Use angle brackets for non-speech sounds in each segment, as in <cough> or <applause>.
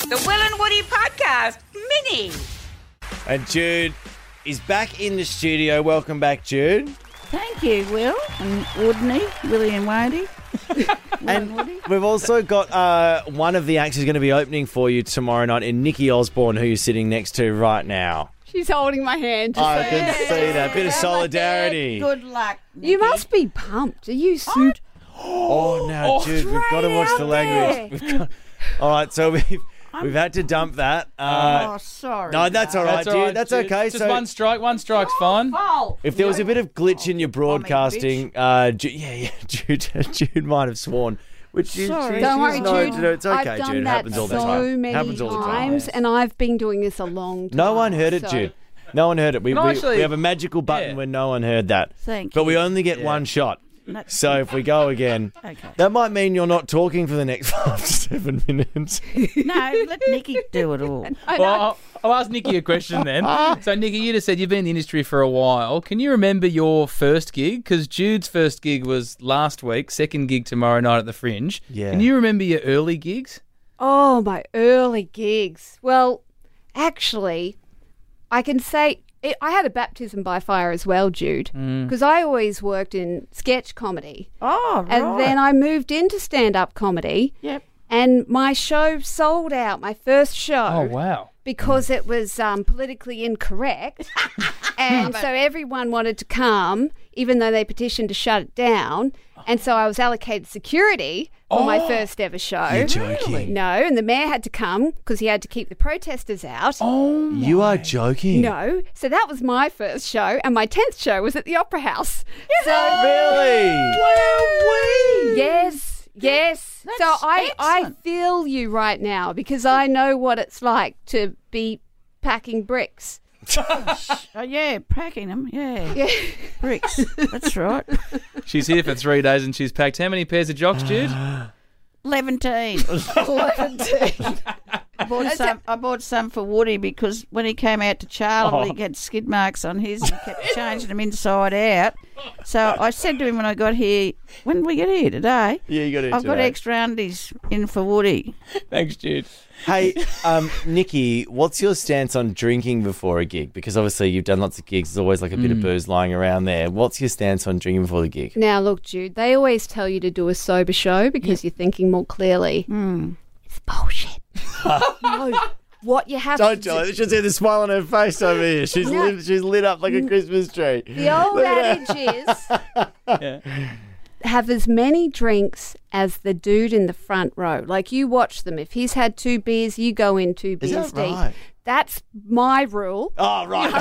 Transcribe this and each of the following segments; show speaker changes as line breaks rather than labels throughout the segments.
The Will and Woody Podcast Mini.
And Jude is back in the studio. Welcome back, Jude.
Thank you, Will and Woodney, Willie and Wadey. Will and Woody.
We've also got uh, one of the acts is going to be opening for you tomorrow night in Nikki Osborne, who you're sitting next to right now.
She's holding my hand. Just
I
so-
can see that. Bit of solidarity.
Good luck.
you
Nikki.
must be pumped. Are you suit?
Oh, no, Jude, we've got to watch the language.
<laughs>
We've got- All right, so <laughs> we've, we've had to dump that.
Oh,
Uh,
sorry.
no, that's all right,
all
dude.
right,
That's
dude.
okay.
Just
so
one strike. One strike's fine.
Oh,
If there was a bit of glitch in your broadcasting,
bitch.
uh, Ju- yeah, <laughs> yeah, Jude, Jude might have sworn. Which is,
Sorry.
she-
Don't
Don't
she was
worry,
known
Jude.
to do it. It's okay,
I've done
Jude. It
that
happens all the
so
time.
many
happens all the time.
times, and I've been doing this a long time.
No one heard it,
so-
Jude. No one heard it. We,
Can I
we,
actually-
we have a magical button
Yeah.
where no one heard that.
Thank
But we
you.
only get one shot.
No-
So if we go again,
Okay.
that might mean you're not talking for the next <laughs> five to seven minutes.
No, let Nikki do it <laughs> all.
I know.
Well, I'll, I'll ask Nikki a question
<laughs>
then. so, Nikki, you just said you've been in the industry for a while. Can you remember your first gig? Because Jude's first gig was last week, second gig tomorrow night at the Fringe.
Yeah.
Can you remember your early gigs?
Oh, my early gigs. Well, actually, I can say it, I had a baptism by fire as well, Jude,
Mm.
because I always worked in sketch comedy.
Oh,
And
right.
then I moved into stand up comedy.
Yep.
And my show sold out, my first show.
Oh,
wow.
because it was um, politically incorrect. and so everyone wanted to come, even though they petitioned to shut it down. And so I was allocated security for my first ever show.
You're joking.
No, and the mayor had to come because he had to keep the protesters out.
Oh,
You are joking.
No, so that was my first show, and my tenth show was at the Opera House.
Really?
So yes, yes. so
That's
I I
excellent.
feel you right now because I know what it's like to be packing bricks.
Oh, yeah, packing them. Yeah. Bricks. That's right.
She's here for three days and she's packed how many pairs of jocks,
<gasps>
Jude?
<laughs>
Levantine. I bought some. I bought some for Woody because when he came out to Charlie,
Oh.
he had skid marks on his and kept changing them inside out. So I said to him when I got here, "When did we get here today?"
Yeah, you got it.
I've got extra undies in for Woody.
Thanks, Jude.
Hey, um, Nikki, what's your stance on drinking before a gig? Because obviously you've done lots of gigs. There's always like a bit of booze lying around there. What's your stance on drinking before the gig?
Now, look, Jude, they always tell you to do a sober show because you're thinking more clearly. It's bullshit. no, what you have
Don't
to
tell her.
do.
You should see the smile on her face over here. She's
No.
lit, she's lit up like a Christmas tree.
<laughs>
<laughs>
The old adage is have as many drinks as the dude in the front row. Like you watch them. If he's had two beers, you go in two
Is
beers
that
deep.
right?
That's my rule.
<laughs>
Oh,
Oh right.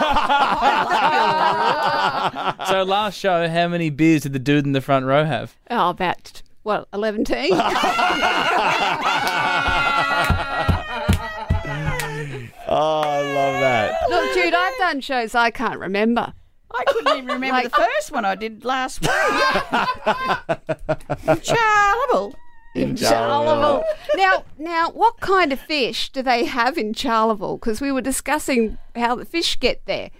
So, last show, how many beers did the dude in the front row have?
Oh, about what eleven
<laughs>
tea?
oh, I love that.
Look, Jude, I've done shows I can't remember.
I couldn't even remember the first one I did last week. Charleville.
Charleville. <laughs> now, now, what kind of fish do they have in Charleville? Because we were discussing how the fish get there.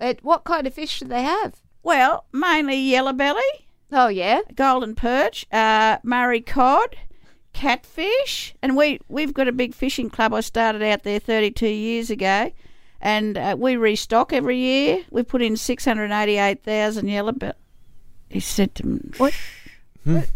Uh, what kind of fish do they have?
Well, mainly yellow belly.
Oh yeah,
golden perch, uh, Murray cod, catfish, and we we've got a big fishing club. I started out there 32 years ago, and uh, we restock every year. We put in 688,000 yellow. But he said to me, "What?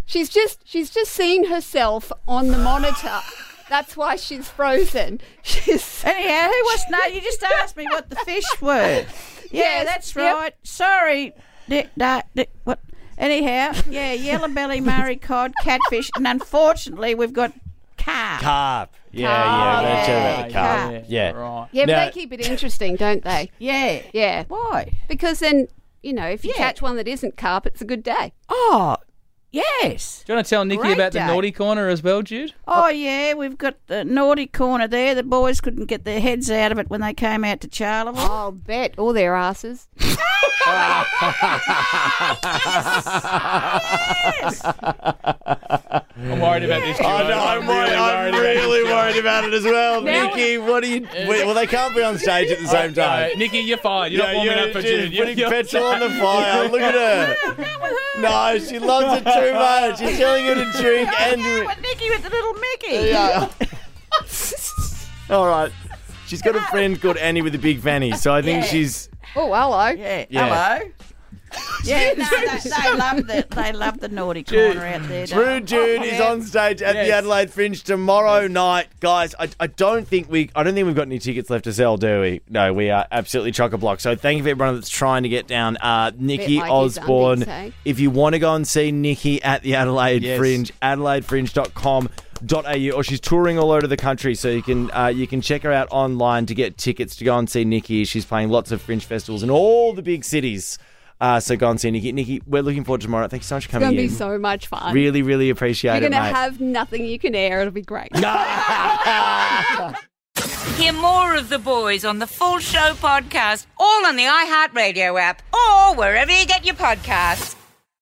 she's just she's just seen herself on the monitor. That's why she's frozen. <laughs> She's
Anyhow, who was? No, you just asked me what the fish were. Yeah,
Yes,
that's
yep.
right. Sorry, Dick, da, Dick, what? Anyhow, yeah, yellow belly, Murray cod, catfish, and unfortunately we've got carp.
Carp. Yeah, yeah. we're gonna chat about the
yeah,
carp. Yeah.
Right.
yeah,
Now-
but they keep it interesting, don't they?
Yeah.
Yeah,
Why?
because then you know if you
Yeah.
catch one that isn't carp, it's a good day.
Oh, yes.
Do you want to tell Nikki
Great
about the
day.
naughty corner as well, Jude?
Oh, yeah, we've got the naughty corner there. The boys couldn't get their heads out of it when they came out to Charleville.
I'll bet all their asses.
I'm worried about this. Jude.
Oh, no, I'm, worried, I'm really worried about it as well. Nikki, what are you. Wait, well, they can't be on stage at the same time.
Nikki, you're fired. You're
Yeah,
not warming
you're-
up for
she's
Jude.
putting petrol
<laughs>
on the fire. Look at her. No, she loves it too much.
<laughs>
Oh,
She's telling her to drink and.
Nikki with the little Mickey.
Yeah. <laughs> All right. She's got a friend called Annie with a big fanny, so I think
Yeah.
she's.
Oh, hello.
Yeah.
Yeah.
Hello.
Yeah, no, they, they love the they love the naughty
Dude.
corner out there.
Oh,
Drew
don't
Jude is on stage at
Yes.
the Adelaide Fringe tomorrow night, guys. I, I don't think we I don't think we've got any tickets left to sell, do we? No, we are absolutely chock a block. So thank you for everyone that's trying to get down. Uh, Nikki
like his
Osborne.
undies, eh?
If you want to go and see Nikki at the Adelaide
Yes.
Fringe, adelaidefringe.com.au, or she's touring all over the country, so you can uh, you can check her out online to get tickets to go and see Nikki. She's playing lots of fringe festivals in all the big cities. Uh, so go and see Nikki. Nikki, we're looking forward to tomorrow. Thank you so much for
It's
coming
going to
in.
be so much fun.
Really, really appreciate
You're
it,
going to
mate.
have nothing you can air. It'll be great.
Hear more of the boys on the Full Show podcast, all on the iHeartRadio app or wherever you get your podcasts.